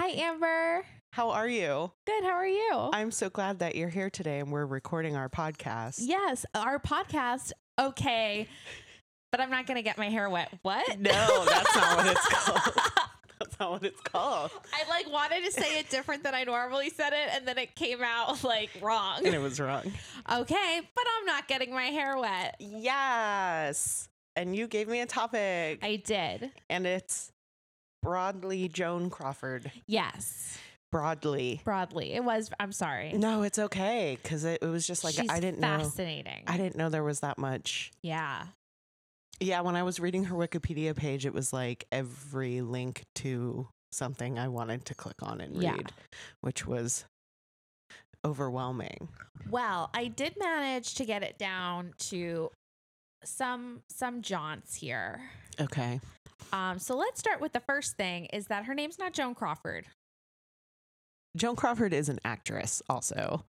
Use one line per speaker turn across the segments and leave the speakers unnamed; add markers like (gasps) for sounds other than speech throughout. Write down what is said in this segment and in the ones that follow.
Amber.
How are you?
Good. How are you?
I'm so glad that you're here today and we're recording our podcast.
yes, our podcast. Okay. But I'm not going to get my hair wet. What?
(laughs) No, that's not what it's (laughs) called. That's not what it's called.
I like wanted to say it different than I normally said it and then it came out like wrong.
And it was wrong.
Okay, but I'm not getting my hair wet.
Yes. And you gave me a topic,
I did.
and it's broadly Joan Crawford.
Yes.
Broadly.
Broadly. It was I'm sorry.
No, it's okay because it, it was just like
She's
I didn't know.
fascinating.
I didn't know there was that much.
yeah.
Yeah, when I was reading her Wikipedia page, it was like every link to something I wanted to click on and read,
Yeah.
which was overwhelming.
Well, I did manage to get it down to some some jaunts here.
Okay.
Um, so let's start with the first thing is that her name's not Joan Crawford.
Joan Crawford is an actress also,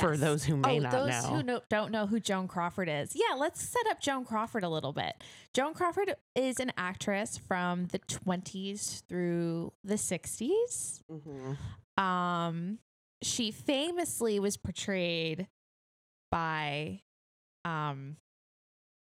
for those who may
oh,
not
those
know.
who know, don't know who Joan Crawford is. Yeah, let's set up Joan Crawford a little bit. Joan Crawford is an actress from the 20s through the 60s.
Mhm.
Um, she famously was portrayed by um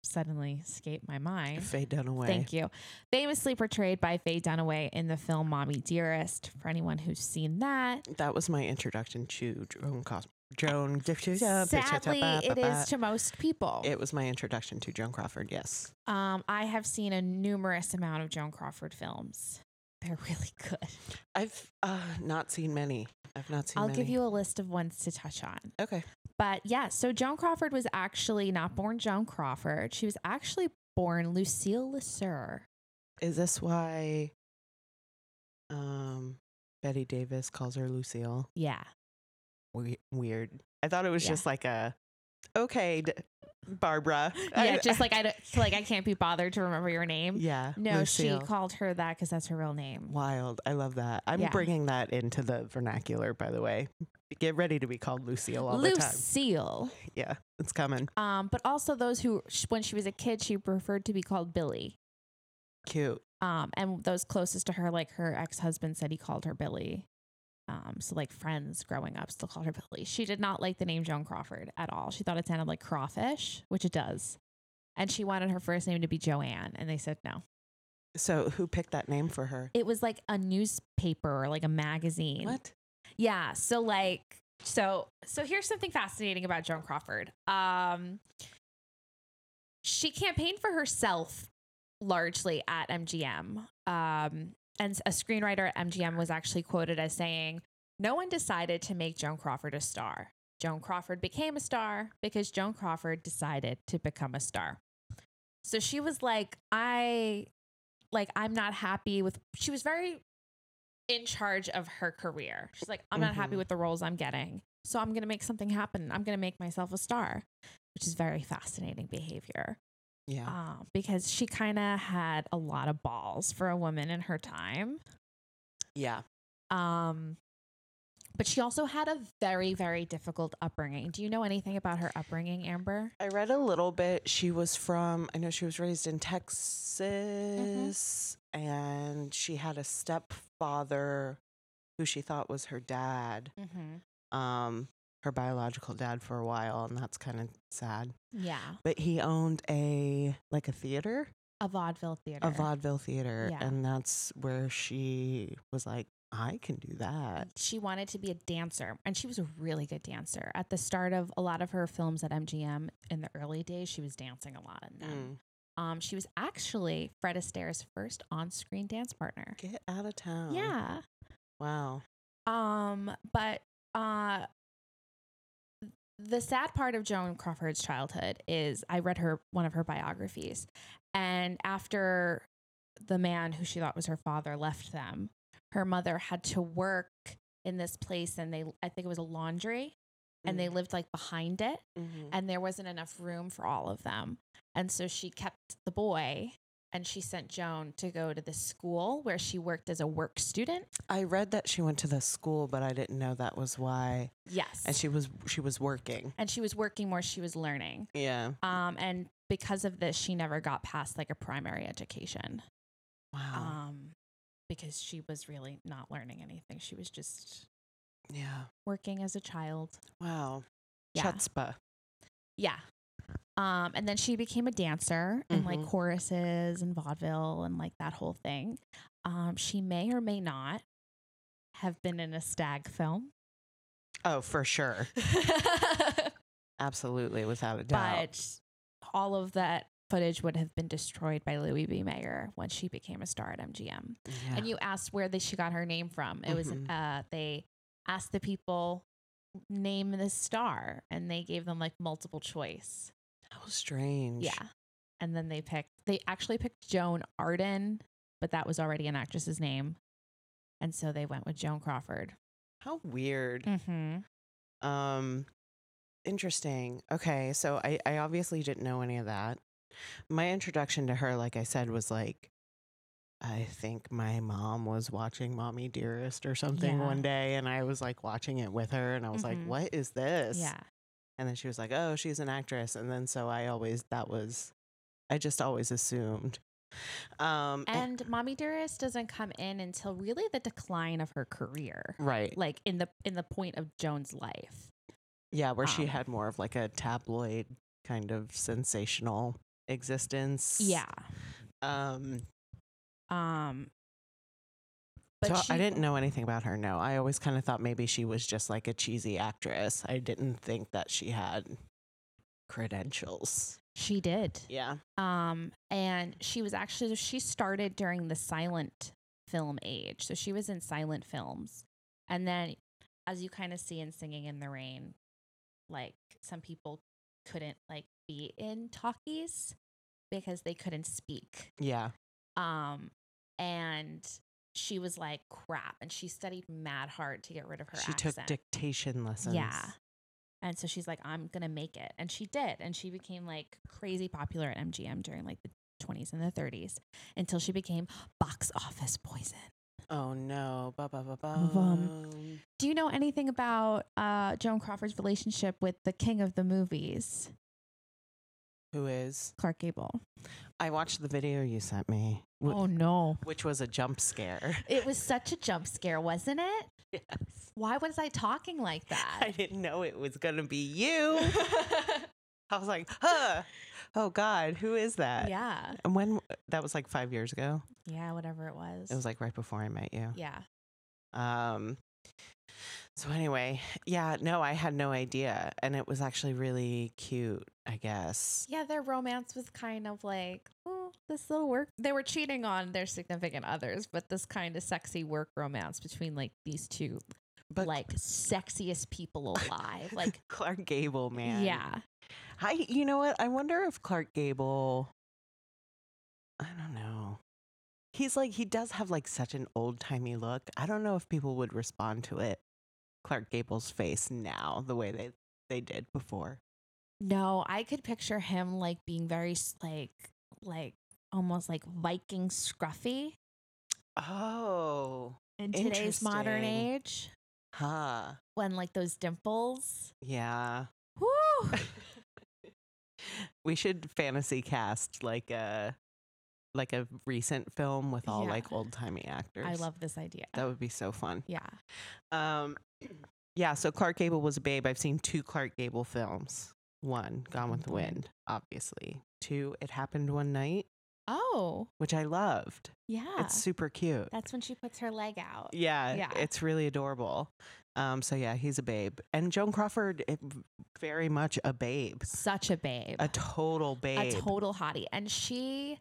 suddenly escaped my mind.
Faye Dunaway.
Thank you. Famously portrayed by Faye Dunaway in the film Mommy Dearest. For anyone who's seen that,
That was my introduction to Joan Crawford. Joan.
sadly, it is to most people.
It was my introduction to Joan Crawford, yes.
Um, I have seen a numerous amount of Joan Crawford films. They're (laughs) really good.
I've uh, not seen many. I've not seen
I'll
many.
give you a list of ones to touch on.
Okay.
But yeah, so Joan Crawford was actually not born Joan Crawford. She was actually born Lucille Lesur.
Is this why um Betty Davis calls her Lucille?
Yeah.
We- weird. I thought it was
Yeah.
just like a okay, d- Barbara.
Yeah, just
(laughs)
like I don't, like I can't be bothered to remember your name.
yeah.
No,
Lucille.
she called her that because that's her real name.
wild. I love that. I'm
Yeah.
bringing that into the vernacular. By the way, get ready to be called Lucille all the time.
Lucille.
Yeah, it's coming.
Um, but also those who, sh- when she was a kid, she preferred to be called Billy.
Cute.
Um, and those closest to her, like her ex husband said, he called her Billy. Um, so like friends growing up still called her Billy. She did not like the name Joan Crawford at all. She thought it sounded like crawfish, which it does. And she wanted her first name to be Joanne, and they said no.
So, who picked that name for her?
It was like a newspaper or like a magazine.
What?
Yeah. So like so so here's something fascinating about Joan Crawford. Um she campaigned for herself largely at MGM. Um and a screenwriter at MGM was actually quoted as saying, "No one decided to make Joan Crawford a star. Joan Crawford became a star because Joan Crawford decided to become a star." So she was like, "I like I'm not happy with she was very in charge of her career. She's like, I'm not happy
Mhm.
with the roles I'm getting. So I'm going to make something happen. I'm going to make myself a star, which is very fascinating behavior
Yeah.
um, because she kind of had a lot of balls for a woman in her time.
Yeah.
Um, but she also had a very, very difficult upbringing. Do you know anything about her upbringing, Amber?
I read a little bit. She was from, I know she was raised in
Mm-hmm.
Texas, and she had a stepfather who she thought was her dad,
Mm-hmm.
um, her biological dad for a while, and that's kind of sad.
Yeah,
But he owned a, like a theater,
a vaudeville theater.
a vaudeville theater,
Yeah.
and that's where she was like, I can do that.
she wanted to be a dancer and she was a really good dancer at the start of a lot of her films at mgm in the early days she was dancing a lot in them
Mm.
um, she was actually fred astaire's first on-screen dance partner
Get out of town.
yeah
Wow.
um, but uh the sad part of Joan Crawford's childhood is I read her one of her biographies and after the man who she thought was her father left them, her mother had to work in this place and they I think it was a laundry and they lived like behind it
Mhm.
and there wasn't enough room for all of them. And so she kept the boy and she sent Joan to go to the school where she worked as a work student.
I read that she went to the school, but I didn't know that was why.
Yes.
and she was she was working
and she was working more she was learning
yeah
um and because of this she never got past like a primary education
wow
um because she was really not learning anything. She was just
Yeah.
working as a child.
Wow.
Yeah.
Chutzpah.
Yeah. Um, and then she became a dancer in like
Mhm.
choruses and vaudeville and like that whole thing. Um, she may or may not have been in a stag film,
Oh, for sure. Absolutely, without a doubt.
but all of that footage would have been destroyed by Louis B. Mayer when she became a star at MGM.
yeah.
And you asked where they, she got her name from. It was
Mhm.
uh, they asked the people name this star, and they gave them like multiple choice.
How strange.
Yeah. And then they picked, they actually picked Joan Arden, but that was already an actress's name. And so they went with Joan Crawford.
How weird.
Mm-hmm.
Um, interesting. Okay, so I, I obviously didn't know any of that. My introduction to her, like I said, was like, I think my mom was watching Mommy Dearest or something
Yeah.
one day, and I was like watching it with her, and I was
Mhm.
like, what is this?
Yeah.
And then she was like, oh, she's an actress. And then so I always, that was, I just always assumed. Um, a-
And Mommy Dearest doesn't come in until really the decline of her career.
right.
Like in the in the point of Joan's life.
Yeah, where she
Um,
had more of like a tabloid kind of sensational existence.
Yeah.
Um,
Um
so
she-
I didn't know anything about her. No, I always kind of thought maybe she was just like a cheesy actress. I didn't think that she had credentials.
she did.
Yeah.
Um, and she was actually she started during the silent film age, so she was in silent films, and then as you kind of see in Singing in the Rain, like some people couldn't like be in talkies because they couldn't speak.
Yeah.
Um, and she was like crap, and she studied mad hard to get rid of her.
she
accent.
took dictation lessons.
Yeah. And so she's like, I'm going to make it. And she did. And she became like crazy popular at MGM during like the 20s and the 30s until she became box office poison.
Oh no. Ba ba ba
Vum.
bum.
Do you know anything about uh, Joan Crawford's relationship with the king of the movies,
Who is?
Clark Gable?
I watched the video you sent me, wh-
Oh, no.
which was a jump
(laughs)
scare. (laughs)
It was such a jump scare, wasn't it?
yes.
Why was I talking like
(laughs) I
that?
didn't know it was gonna be you. (laughs) I was like, huh. Oh God, who is that?
(laughs) yeah.
And when that was like five years ago.
Yeah, whatever it was.
It was uh, like right before I met you.
yeah.
Um so anyway, yeah, no, I had no idea. And it was actually really cute, I guess.
Yeah, their romance was kind of like, oh, this little work. They were cheating on their significant others, but this kind of sexy work romance between like these two,
But
like
(laughs)
sexiest people alive. Like,
Clark Gable, man.
yeah,
I you know what? I wonder if Clark Gable I don't know. He's like he does have like such an old timey look. I don't know if people would respond to it. Clark Gable's face now the way they they did before.
no, I could picture him like being very s- like like almost like Viking scruffy
Oh.
in today's modern
Interesting.
age
Huh.
when like those dimples. (laughs)
Yeah.
Woo!
we should fantasy cast like a like a recent film with all
Yeah.
like old timey actors.
I love this idea.
that would be so fun.
yeah.
Um yeah, so Clark Gable was a babe. I've seen two Clark Gable films. One, Gone with the
Wind.
Wind, obviously. Two, It Happened One Night,
Oh,
which I loved.
yeah.
It's super cute.
That's when she puts her leg out.
Yeah,
Yeah.
it's really adorable. Um, so yeah, he's a babe, and Joan Crawford, it, very much a babe,
Such a babe.
a total babe.
a total hottie and she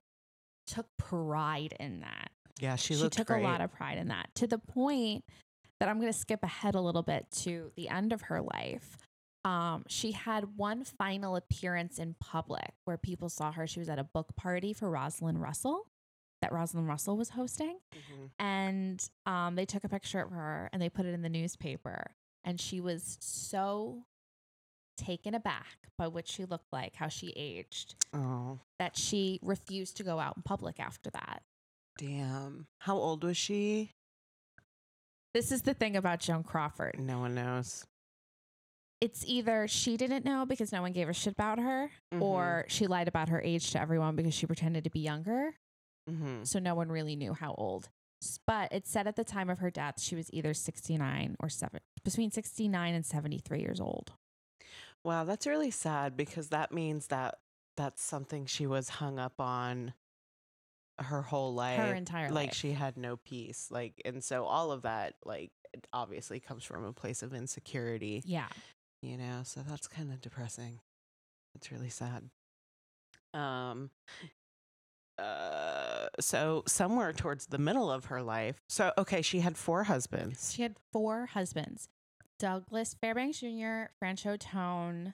took pride in that
yeah, she,
she,
looked
took
great.
a lot of pride in that to the point that i'm going to skip ahead a little bit to the end of her life um, she had one final appearance in public where people saw her she was at a book party for rosalind russell that rosalind russell was hosting
Mhm.
and um, they took a picture of her and they put it in the newspaper and she was so taken aback by what she looked like how she aged
Oh,
that she refused to go out in public after that.
damn! How old was she?
This is the thing about Joan Crawford.
No one knows.
It's either she didn't know because no one gave a shit about her,
Mm-hmm.
or she lied about her age to everyone because she pretended to be younger.
Mhm. Mhm.
So no one really knew how old S- But it said at the time of her death, she was either 69 or seven, between 69 and 73 years old.
Wow, that's really sad because that means that that's something she was hung up on her whole life.
her entire
like
life.
she had no peace. Like and so all of that like it obviously comes from a place of insecurity,
yeah.
you know. So that's kind of depressing. That's really sad. Um uh so somewhere towards the middle of her life. So okay, she had four husbands.
She had four husbands Douglas Fairbanks Jr., Francho Tone,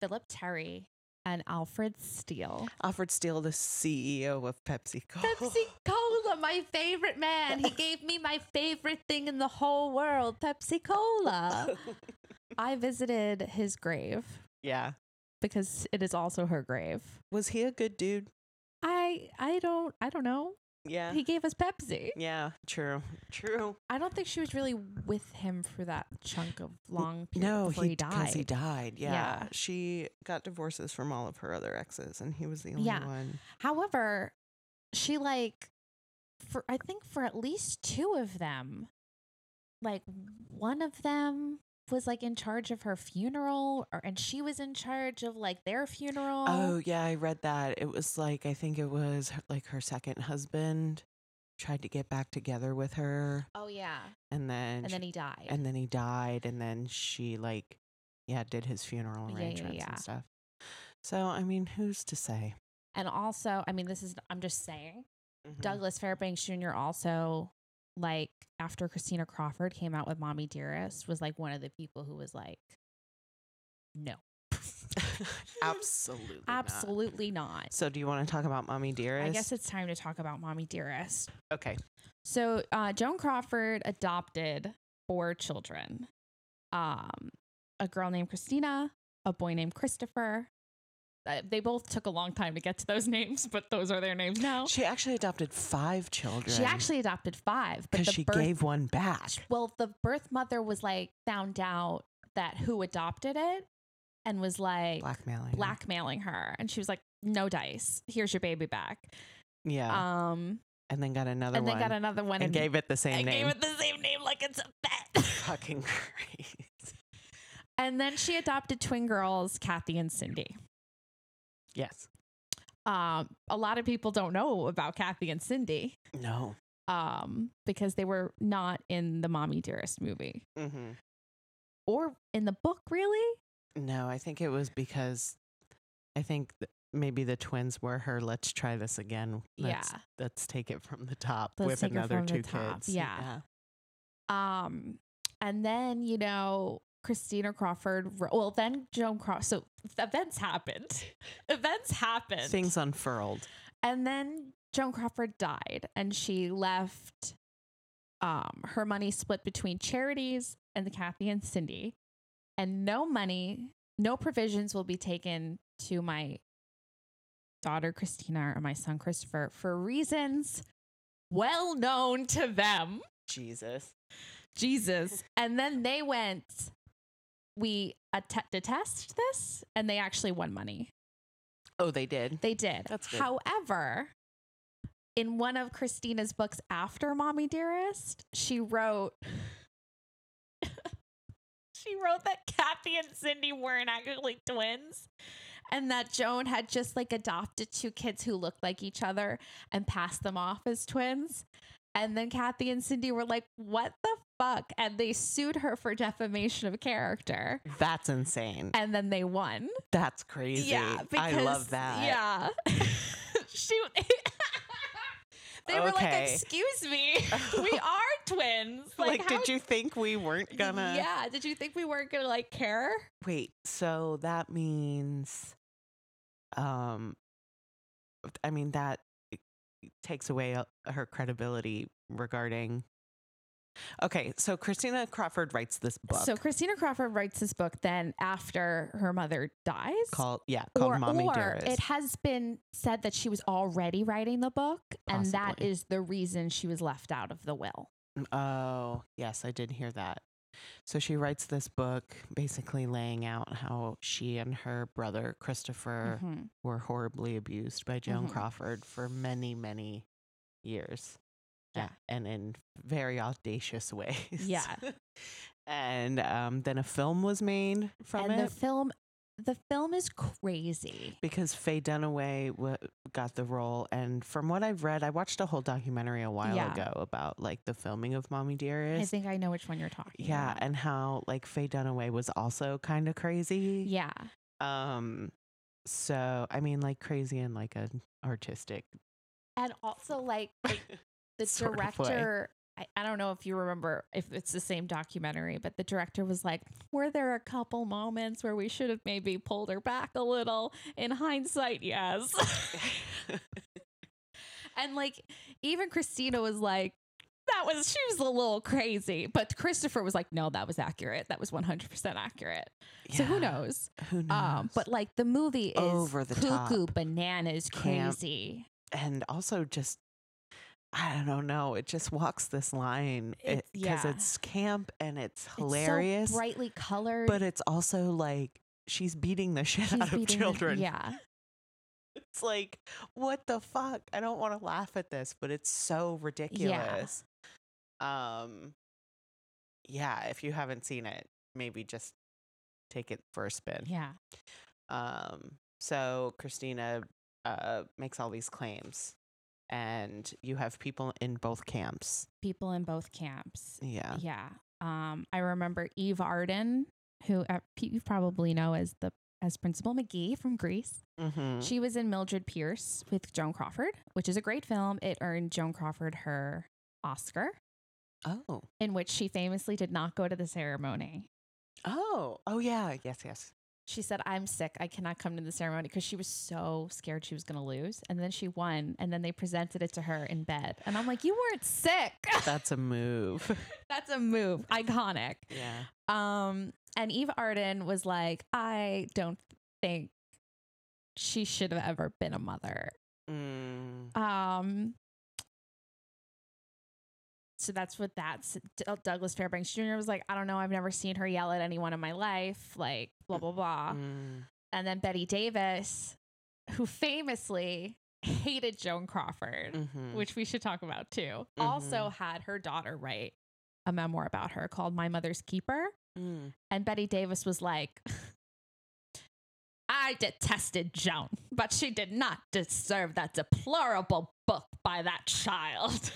Philip Terry, and Alfred Steele.
Alfred Steele, the CEO of PepsiCo.
Pepsi Cola, my favorite man. He gave me my favorite thing in the whole world Pepsi Cola. I visited his grave
(laughs) yeah.
because it is also her grave.
Was he a good dude?
I I don't I don't know.
Yeah.
He gave us Pepsi.
yeah, true. True.
I don't think she was really with him for that chunk of long period
no,
before
he,
he,
Because
died.
he died. Yeah.
Yeah.
She got divorces from all of her other exes, and he was the only
Yeah.
one.
However, she like for I think for at least two of them, like one of them was like in charge of her funeral or and she was in charge of like their funeral.
Oh, yeah. I read that. It was like, I think it was her- like her second husband tried to get back together with her,
Oh, yeah.
and then,
And
she-
then he died.
and then he died, and then she, like, yeah, did his funeral
Yeah, yeah,
arrangements
yeah.
and stuff. So, I mean, who's to say?
and also, I mean, this is I'm just saying
Mm-hmm.
(laughs) Douglas Fairbanks Jr. also, like, after Christina Crawford came out with Mommy Dearest, was like one of the people who was like, no,
(laughs) Absolutely. not.
absolutely not.
So, do you want to talk about Mommy Dearest?
I guess it's time to talk about Mommy Dearest.
okay.
So, uh, Joan Crawford adopted four children um, a girl named Christina, a boy named Christopher. Uh, they both took a long time to get to those (laughs) names, but those are their names now.
She actually adopted five children.
She actually adopted five, but
because
the
she
birth
gave one back.
Well, the birth mother was like found out that who adopted it and was like
Blackmailing.
blackmailing her, and she was like, "No dice. Here's your baby back."
Yeah.
Um,
and then got another
and then
one.
got another one
and gave it the
and
same name.
gave it the same name like it's a
(laughs)
bet. (laughs)
Fucking crazy.
and then she adopted twin girls, Kathy and Cindy.
Yes.
Um, a lot of people don't know about Kathy and Cindy
No.
um, because they were not in the Mommy Dearest movie
Mm-hmm.
or in the book, really.
No, I think it was because I think th- maybe the twins were her. Let's try this again. Let's,
Yeah.
Let's take it from the top.
Let's
Whip
take it
another
from the
two
top.
kids.
Yeah. Um, and then you know Christina Crawford. wr- Well, then Joan Crawford. So events happened. (laughs) events happened.
Things unfurled.
And then Joan Crawford died, and she left um, her money split between charities and the Kathy and Cindy, and no money, no provisions will be taken to my daughter Christina or my son Christopher for reasons well known to them.
Jesus.
Jesus. (laughs) And then they went, we att- detest this, and they actually won money.
Oh, they did.
They did.
That's good.
However, in one of Christina's books after Mommy Dearest, she wrote, (laughs) she wrote that Kathy and Cindy weren't actually twins. And that Joan had just like adopted two kids who looked like each other and passed them off as twins. And then Kathy and Cindy were like, what the fuck? And they sued her for defamation of character.
That's insane.
And then they won.
That's crazy.
Yeah, because,
I love that. (laughs)
Yeah, she. (laughs) they were like,
Okay.
"Excuse me, (laughs)
(laughs)
we are twins."
Like,
how-
did you think we weren't gonna?
Yeah, did you think we weren't gonna like care?
Wait. So that means, um, I mean that takes away uh, her credibility regarding. Okay, so Christina Crawford writes this book
So Christina Crawford writes this book then after her mother dies.
called yeah called
or,
Mommy
or
Dearest.
it has been said that she was already writing the book, and that
Possibly.
is the reason she was left out of the will.
Oh, yes, I did hear that. So she writes this book basically laying out how she and her brother Christopher
Mhm.
were horribly abused by Joan
Mhm.
Crawford for many, many years. Yeah.
Yeah.
And in very audacious (laughs) ways.
Yeah.
and um, then a film was made from
and
it
the film, the film is crazy.
because Faye Dunaway w- got the role. And from what I've read, I watched a whole documentary a while
Yeah.
ago about like the filming of Mommy
I
Dearest.
think I know which one you're talking.
yeah.
about.
And how like Faye Dunaway was also kind of crazy.
yeah,
Um, so I mean, like crazy in like an
(laughs)
artistic. (laughs)
and also like the, the
Sort of way.
director. I, I don't know if you remember if it's the same documentary, but the director was like, "Were there a couple moments where we should have maybe pulled her back a little?" In
(laughs)
hindsight, yes. (laughs) and like, even Christina was like. That was she was a little crazy, but Christopher was like, "No, that was accurate. That was one hundred percent accurate." So who
Yeah,
knows?
Who knows?
Um, but like the movie is
Over the top.
cuckoo bananas
Camp.
crazy.
and also just I don't know. It just walks this line because
It's-
it, because
yeah.
it's camp and it's
It's so
hilarious,
brightly colored.
but it's also like she's beating the shit
she's
out of
beating the-
children.
yeah,
(laughs) It's like, what the fuck? I don't want to laugh at this, but it's so ridiculous. Um, yeah. If you haven't seen it, maybe just take it for a spin.
yeah,
Um, so Christina uh, makes all these claims, and you have people in both camps.
people in both camps.
Yeah.
Yeah. Um, I remember Eve Arden, who uh, pe- you probably know as the as Principal McGee from Greece.
Mm-hmm.
She was in Mildred Pierce with Joan Crawford, which is a great film. It earned Joan Crawford her Oscar,
Oh.
in which she famously did not go to the ceremony.
Oh. Oh yeah. Yes. Yes.
she said, I'm sick. I cannot come to the ceremony because she was so scared she was going to lose. And then she won. And then they presented it to her in bed. And I'm like, You weren't sick. (laughs)
That's a move.
That's a move. Iconic.
(laughs) yeah.
Um, and Eve Arden was like, I don't think she should have ever been a mother.
Mm.
Um, so that's what that's D- uh, Douglas Fairbanks Jr. was like, I don't know. I've never seen her yell at anyone in my life. Like, blah, blah, blah.
Mm.
and then Betty Davis, who famously hated Joan Crawford,
Mhm.
which we should talk about too, also
Mm-hmm.
had her daughter write a memoir about her called My Mother's Keeper.
Mm.
And Betty Davis was like, I detested Joan, but she did not deserve that deplorable book by that child.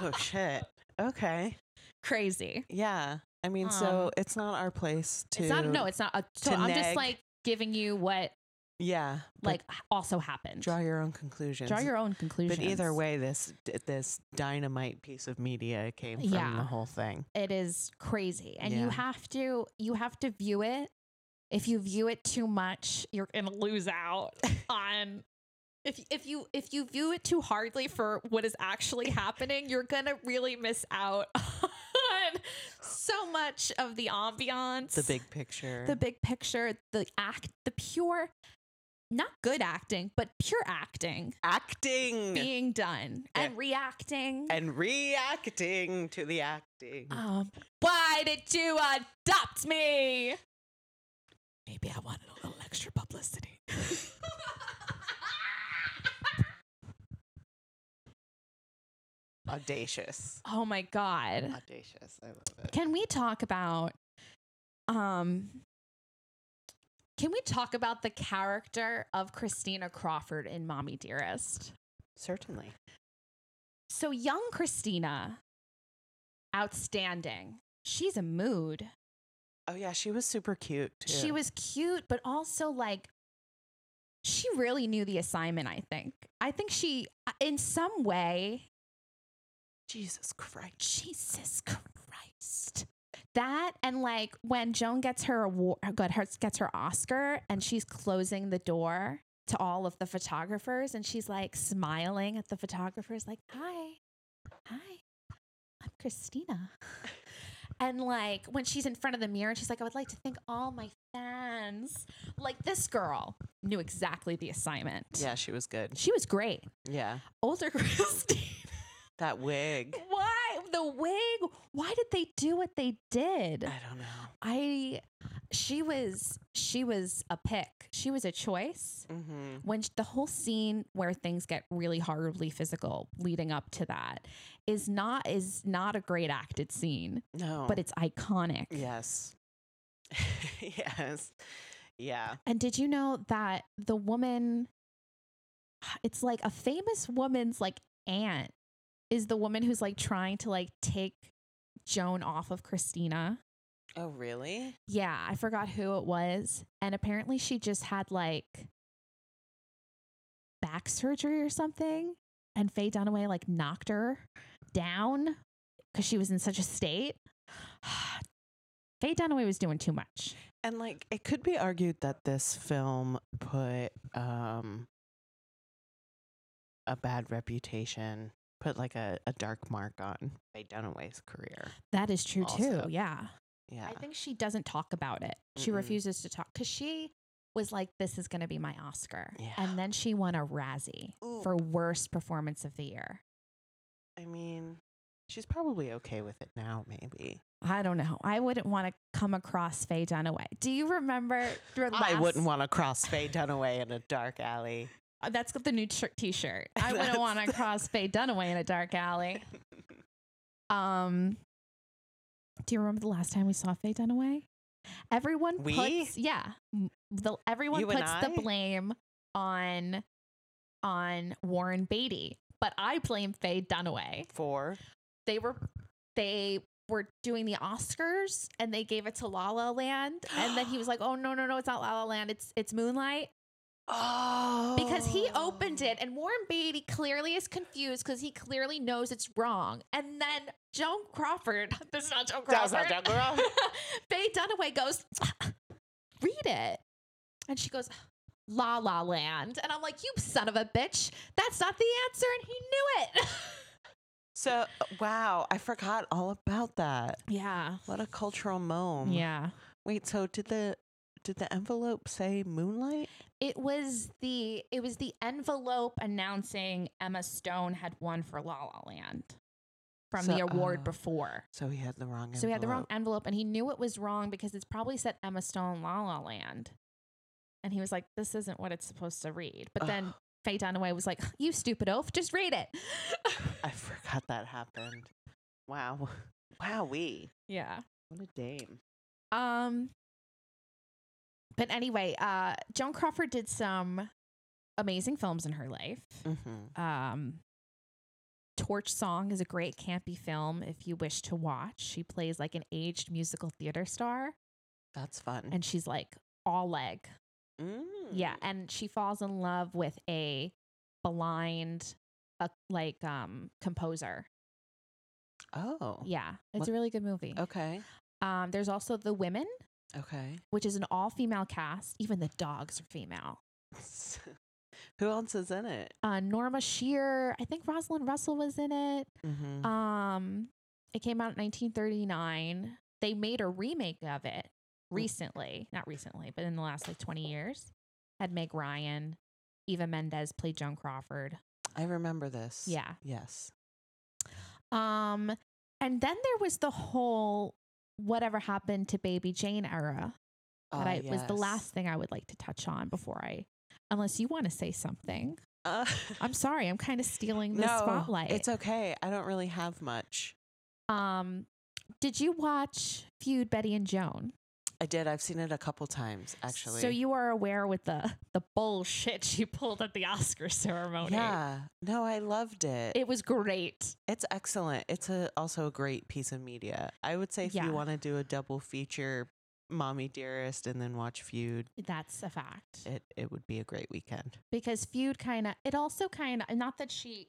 Oh shit. Okay.
(laughs) Crazy.
Yeah. I mean, so
Um,
it's not our place to.
it's not, no, it's not. A, so
to
I'm
nag.
just like giving you what
yeah. but
like also happened.
draw your own conclusions.
Draw your own conclusions.
But either way, this d- this dynamite piece of media came from the
Yeah.
whole thing.
it is crazy and you
Yeah.
have to you have to view it if you view it too much you're gonna
(laughs)
lose out on if, if you if you view it too hardly for what is actually happening you're gonna really miss out (laughs) on so much of the ambiance
The big picture.
the big picture the act the pure not good acting but pure acting
acting
being done and reacting
and reacting to the acting.
Um, why did you adopt me? Maybe I wanted a little extra publicity. (laughs)
Audacious.
oh my god.
Audacious. I love it.
Can we talk about um can we talk about the character of Christina Crawford in Mommy Dearest?
Certainly.
So young Christina, outstanding. She's a mood.
Oh yeah, she was super cute. Too.
She was cute, but also like she really knew the assignment, I think. I think she uh, in some way,
Jesus Christ.
Jesus Christ. That and like when Joan gets her award got her gets her Oscar and she's closing the door to all of the photographers and she's like smiling at the photographers like, "Hi. Hi. I'm Christina." And like when she's in front of the mirror, she's like, I would like to thank all my fans. Like this girl knew exactly the assignment.
Yeah, she was good.
She was great.
Yeah,
Older (laughs) Christine.
that wig.
Why? the wig. Why did they do what they did?
I don't know.
I she was she was a pick. She was a choice.
Mm-hmm.
When sh- the whole scene where things get really horribly physical leading up to that is not is not a great acted scene,
No.
but it's iconic.
yes. (laughs) yes. Yeah.
And did you know that the woman it's like a famous woman's like aunt is the woman who's like trying to like take Joan off of Christina.
Oh, really?
Yeah, I forgot who it was. And apparently she just had like back surgery or something and Faye Dunaway like knocked her down cuz she was in such a state. (sighs) Faye Dunaway was doing too much.
And like, it could be argued that this film put um, a bad reputation, put like a, a dark mark on Faye Dunaway's career.
That is true
Also.
too. Yeah.
Yeah.
I think she doesn't talk about it. She
Mm-mm.
refuses to talk because she was like, "This is going to be my Oscar,"
Yeah.
and then she won a Razzie
Ooh.
for worst performance of the year.
I mean, she's probably okay with it now, maybe.
I don't know. I wouldn't want to come across Faye Dunaway. Do you remember? Your last,
I wouldn't want to cross Faye Dunaway in a dark alley.
Uh, That's got the new tr-
(laughs)
T-shirt. I wouldn't
That's-
want to cross Faye Dunaway in a dark (laughs) alley. Um, do you remember the last time we saw Faye Dunaway? Everyone
We?
puts yeah, m- the, everyone
You and
puts the
I?
blame on on Warren Beatty, but I blame Faye Dunaway.
Four.
They were they were doing the Oscars and they gave it to La La Land, and then he
(gasps)
was like, "Oh no, no, no, it's not La La Land, it's it's Moonlight."
Oh.
because he opened
(gasps)
it and Warren Beatty clearly is confused because he clearly knows it's wrong. And then Joan Crawford, (laughs) this is not Joan
That's not
Crawford. (laughs)
Joan Crawford.
Faye Dunaway goes, (laughs) read it. And she goes, La La Land. And I'm like, you son of a bitch. That's not the answer. And he knew it. (laughs)
So, wow, I forgot all about that.
yeah.
What a cultural moment.
Yeah.
Wait, so did the did the envelope say moonlight?
It was the it was the envelope announcing Emma Stone had won for La La Land from
So-
the award
oh.
before.
So he had the wrong envelope.
So he had the wrong envelope and he knew it was wrong because it's probably said Emma Stone La La Land. And he was like, this isn't what it's supposed to read. But then Faye Dunaway was like, you stupid oaf, just read it. (laughs)
I (laughs) forgot that happened. Wow. Wow, we.
yeah.
What a dame.
Um But anyway, uh Joan Crawford did some amazing films in her life.
Mhm.
Um Torch Song is a great campy film if you wish to watch. She plays like an aged musical theater star
That's fun.
and she's like all leg.
Hmm.
Yeah, and she falls in love with a blind, uh, like um composer.
Oh.
Yeah, it's
What- Oh.
a really good movie.
Okay.
Um, there's also The Women, (laughs)
Okay.
which is an all female cast. Even the dogs are female.
Who else is in it?
Uh, Norma Shear, I think Rosalind Russell was in it.
Mm-hmm.
Um, it came out in 1939. They made a remake of it
Mm.
recently, not recently, but in the last like 20 years. Had Meg Ryan, Eva Mendes played Joan Crawford.
I remember this.
Yeah.
Yes.
Um, and then there was the whole whatever happened to Baby Jane era that
Ah,
I was the
yes.
last thing I would like to touch on before I, unless you want to say something.
Uh, (laughs)
I'm sorry, I'm kind of stealing the spotlight.
It's okay. I don't really have much.
um, did you watch Feud Betty and Joan?
I did. I've seen it a couple times actually.
so you are aware with the the bullshit she (laughs) pulled at the Oscar ceremony.
Yeah. No, I loved it.
it was great.
it's excellent. It's a, also a great piece of media. I would say if
Yeah.
you want to do a double feature, Mommy Dearest, and then watch Feud,
That's a fact.
it it would be a great weekend.
because feud kind of it also kind of not that she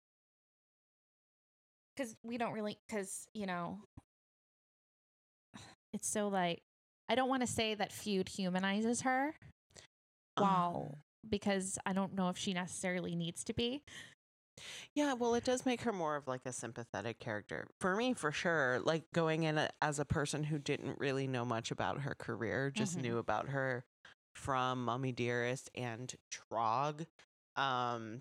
because we don't really because you know it's so like i don't want to say that feud humanizes her Wow.
Um,
because i don't know if she necessarily needs to be
yeah. Well, it does make her more of like a sympathetic character for me, for sure. Like going in a, as a person who didn't really know much about her career, just
Mhm.
knew about her from Mommy Dearest and Trog. Um,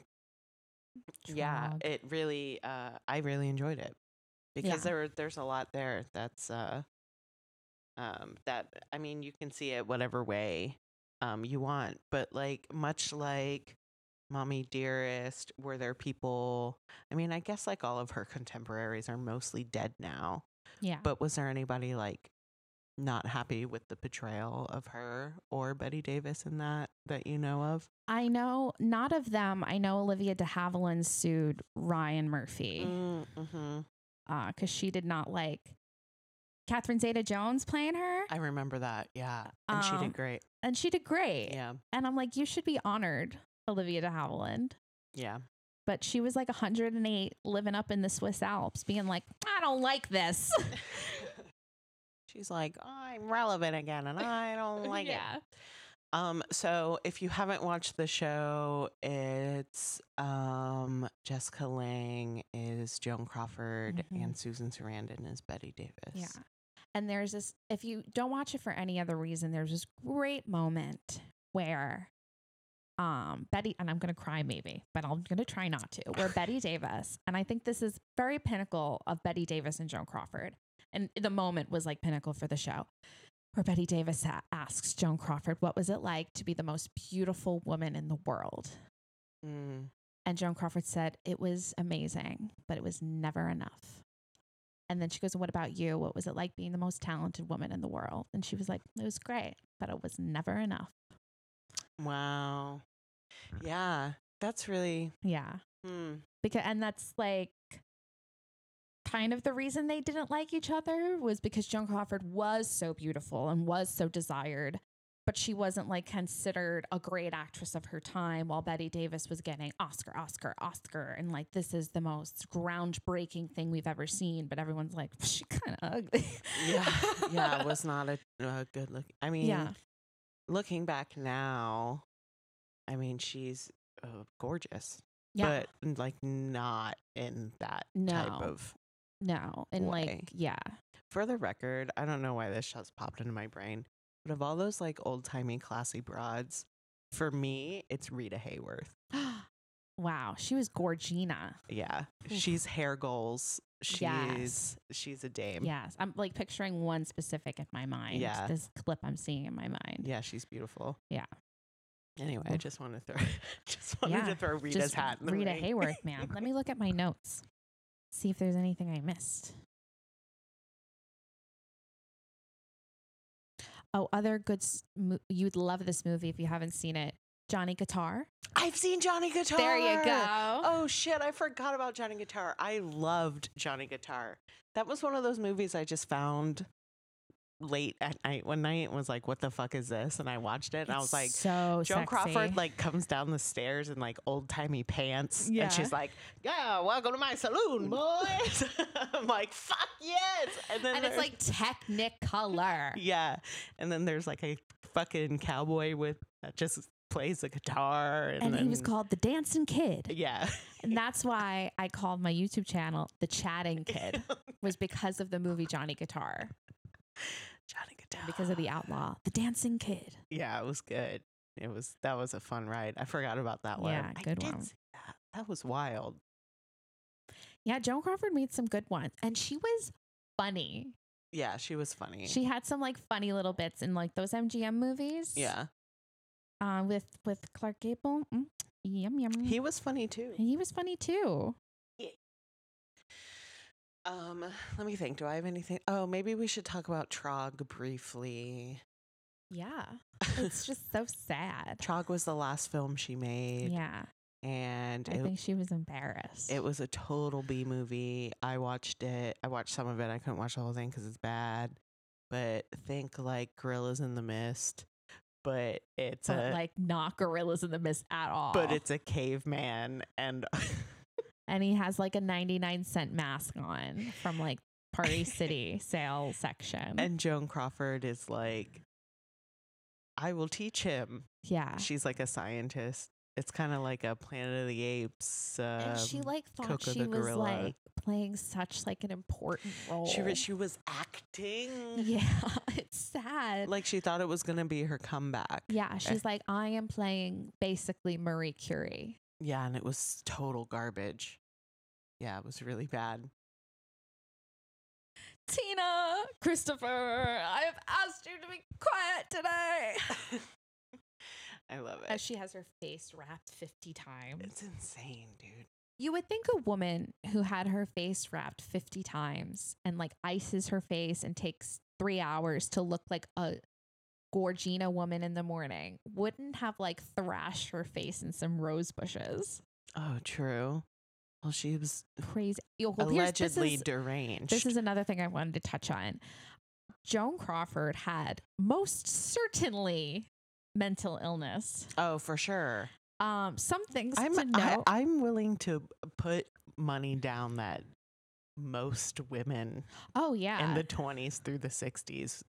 yeah
Trog.
it really uh i really enjoyed it because
Yeah.
there there's a lot there that's uh um that I mean you can see it whatever way um you want but like much like mommy dearest were there people I mean I guess like all of her contemporaries are mostly dead now
Yeah.
but was there anybody like not happy with the portrayal of her or Betty Davis in that that you know of
I know not of them. I know Olivia de Havilland sued Ryan Murphy.
mm-hmm.
because uh, she did not like Catherine Zeta Jones playing her,
I remember that yeah and she
Um, eh
did great
and she did great.
yeah
And I'm like, you should be honored, Olivia de Havilland.
yeah
But she was like 108, living up in the Swiss Alps, being like, I don't like this.
She's like, I'm relevant again, and I
(laughs)
don't like it.
yeah.
Um, so if you haven't watched the show, it's um Jessica Lang is Joan Crawford
Mhm.
and Susan Sarandon is Betty Davis.
Yeah. And there's this, if you don't watch it for any other reason, there's this great moment where um, Betty, and I'm going to cry maybe, but I'm going to try not to, where Betty Davis, and I think this is very pinnacle of Betty Davis and Joan Crawford. And the moment was like pinnacle for the show, where Betty Davis a- asks Joan Crawford, What was it like to be the most beautiful woman in the world?
Mm.
And Joan Crawford said, It was amazing, but it was never enough. And then she goes, What about you? What was it like being the most talented woman in the world? And she was like, It was great, but it was never enough.
Wow. Yeah. That's really
Yeah.
hmm.
Because and that's like kind of the reason they didn't like each other was because Joan Crawford was so beautiful and was so desired, but she wasn't like considered a great actress of her time while Betty Davis was getting Oscar, Oscar, Oscar and like this is the most groundbreaking thing we've ever seen, but everyone's like she kind of ugly.
Yeah. Yeah, it was not a, a good look. I mean,
Yeah.
looking back now, I mean, she's uh, gorgeous,
(laughs) Yeah.
but like not in that
No.
type of
no. And
way.
like yeah. (gasps)
For the record, I don't know why this just popped into my brain, but of all those like old timey classy broads, for me, it's Rita Hayworth.
wow, she was Gorgina.
Yeah.
Oof.
She's hair goals. She's
Yes.
she's a dame.
Yes, I'm like picturing one specific in my mind.
Yeah.
This clip I'm seeing in my mind.
Yeah, she's beautiful.
Yeah.
Anyway, I
Oof.
just want to throw (laughs) just wanted
Yeah,
to throw Rita's
Just
hat in the
Rita
ring. (laughs)
Hayworth, man. Let me look at my notes. See if there's anything I missed. Oh, other good. s- Mo- you'd love this movie if you haven't seen it. Johnny Guitar.
I've seen Johnny Guitar.
There you go.
Oh shit, I forgot about Johnny Guitar. I loved Johnny Guitar. That was one of those movies I just found late at night one night and was like, what the fuck is this? And I watched it and I
It's
was like,
so
Joan
sexy.
Crawford like comes down the stairs in like old timey pants.
Yeah.
And she's like, Yeah, welcome to my saloon, boys. (laughs) I'm like, fuck yes. And then
and it's
there's- (laughs)
like Technicolor.
Yeah. And then there's like a fucking cowboy with that just plays the guitar and,
and
then,
he was called the Dancing Kid.
Yeah. (laughs)
And that's why I called my YouTube channel the Chatting
(laughs)
Kid, was because of the movie Johnny Guitar,
Johnny Guitar.
because of the outlaw, the dancing kid.
Yeah, it was good. It was that was a fun ride. I forgot about that one.
Yeah,
I
good
did
one.
see that. That was wild.
Yeah, Joan Crawford made some good ones, and she was funny.
Yeah, she was funny.
She had some like funny little bits in like those MGM movies.
yeah,
uh, with with Clark Gable. Mm, yum yum.
he was funny too.
he was funny too.
Um, let me think. Do I have anything? Oh, maybe we should talk about Trog briefly. (laughs)
Yeah, it's just so sad.
Trog was the last film she made,
Yeah,
and
I
it,
think she was embarrassed.
it was a total B movie. I watched it. I watched some of it. I couldn't watch the whole thing because it's bad. But think like Gorillas in the Mist, but it's
but,
a
like not gorillas in the mist at all.
but it's a caveman and (laughs)
and he has like a 99 cent mask on from like
(laughs)
Party City sale section.
and Joan Crawford is like I will teach him.
yeah.
She's like a scientist. It's kind of like a Planet of the Apes. Um,
and she like thought
Coco
she
the
was
gorilla.
like playing such like an important role. (laughs)
she (laughs) was, she was acting.
Oh. yeah, it's sad.
Like eh. she thought it was gonna be her comeback.
yeah, she's like I am playing basically Marie Curie.
Yeah, and it was total garbage. Yeah, it was really bad.
Tina, Christopher, I have asked you to be quiet
Eh.
today.
(laughs) I love
As
it.
she has her face wrapped 50 times.
It's insane, dude.
You would think a woman who had her face wrapped 50 times and like ices her face and takes three hours to look like a Gorgina woman in the morning wouldn't have like thrashed her face in some rose bushes.
Oh, true. Well, she was
Crazy. Yo, well, here's- this
allegedly
is-
deranged.
This is another thing I wanted to touch on. Joan Crawford had most certainly mental illness.
oh, for sure.
Um, some things
I'm
to
I,
know.
I'm willing to put money down that most women
oh yeah.
in the 20s through the 60s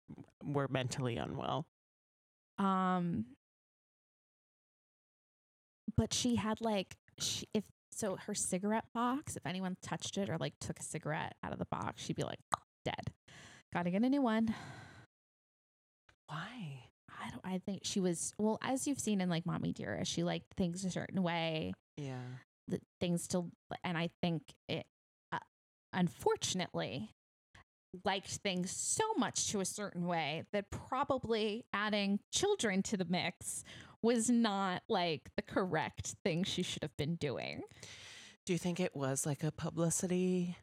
were mentally unwell.
um, but she had like she if so her cigarette box. If anyone touched it or like took a cigarette out of the box, she'd be like dead. Got to get a new one.
Why?
I don't. I think she was well, as you've seen in like Mommy Dearest, she liked things a certain way.
Yeah.
the things to and i think it uh, unfortunately liked things so much to a certain way that probably adding children to the mix was not like the correct thing she should have been doing
Do you think it was like a publicity?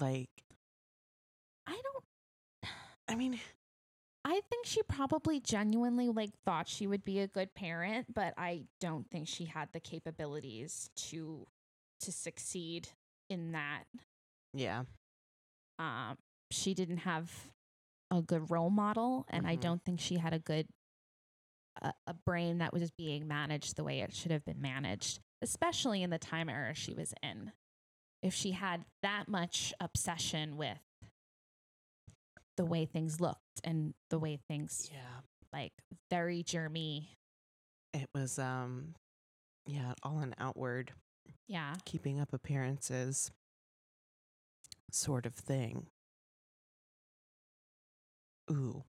Like,
i don't
I mean,
i think she probably genuinely like thought she would be a good parent but i don't think she had the capabilities to to succeed in that
yeah.
um, she didn't have a good role model, and I
Mhm.
don't think she had a good a, a brain that was being managed the way it should have been managed, especially in the time era she was in. If she had that much obsession with the way things looked and the way things
Yeah.
like very germy,
It was, um, yeah, all an outward,
yeah,
keeping up appearances sort of thing. Ooh.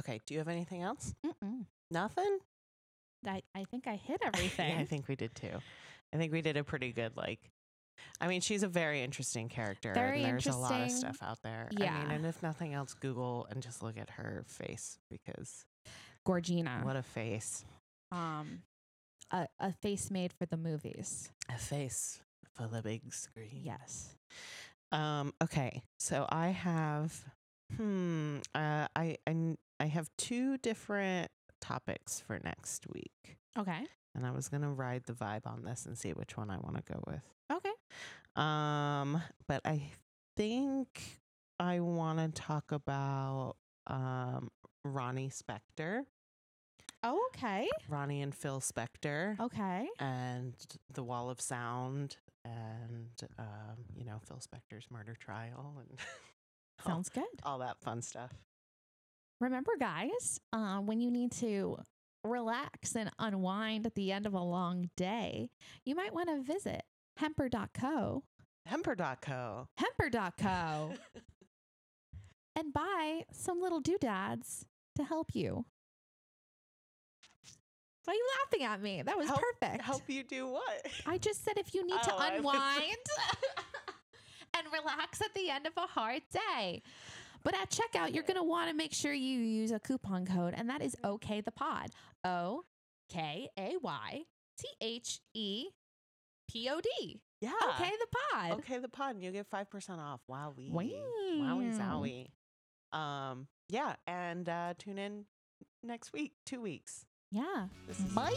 Okay. Do you have anything else?
Mm-mm.
Nothing?
I I think I hit
(laughs) yeah,
everything.
I think we did too. I think we did a pretty good like. I mean, she's a very interesting character.
Very
and there's a lot of
interesting.
stuff out there. I mean,
Yeah.
and if nothing else, Google and just look at her face because
Gorgina,
what a face.
um, a, a face made for the movies.
A face for the big screen.
Yes.
Um, okay. So I have hmm uh I I n- I have two different topics for next week.
Okay.
And I was gonna ride the vibe on this and see which one I wanna go with.
Okay.
Um, but I think I want to talk about um Ronnie Spector,
Oh, okay.
Ronnie and Phil Spector,
Okay.
and the Wall of Sound, and um, you know Phil Spector's murder trial and (laughs) all-
Sounds good.
all that fun stuff.
Remember, guys, uh, when you need to relax and unwind at the end of a long day, you might want to visit hemper.co,
Hemper.co. (laughs)
hemper.co, (laughs) and buy some little doodads to help you. Why are you laughing at me? That was
Help-
perfect.
Help you do what?
I just said if you need
Oh,
to
I was-
unwind (laughs) and relax at the end of a hard day. But at checkout, you're going to want to make sure you use a coupon code, and that is OK the Pod. O K A Y T H E P O D.
Yeah.
OK the Pod.
Okay, the pod, and you'll get five percent off. Wowie.
Wow.
Wowie zowie. Um, yeah, and uh, tune in next week, two weeks.
Yeah.
This is
Bye.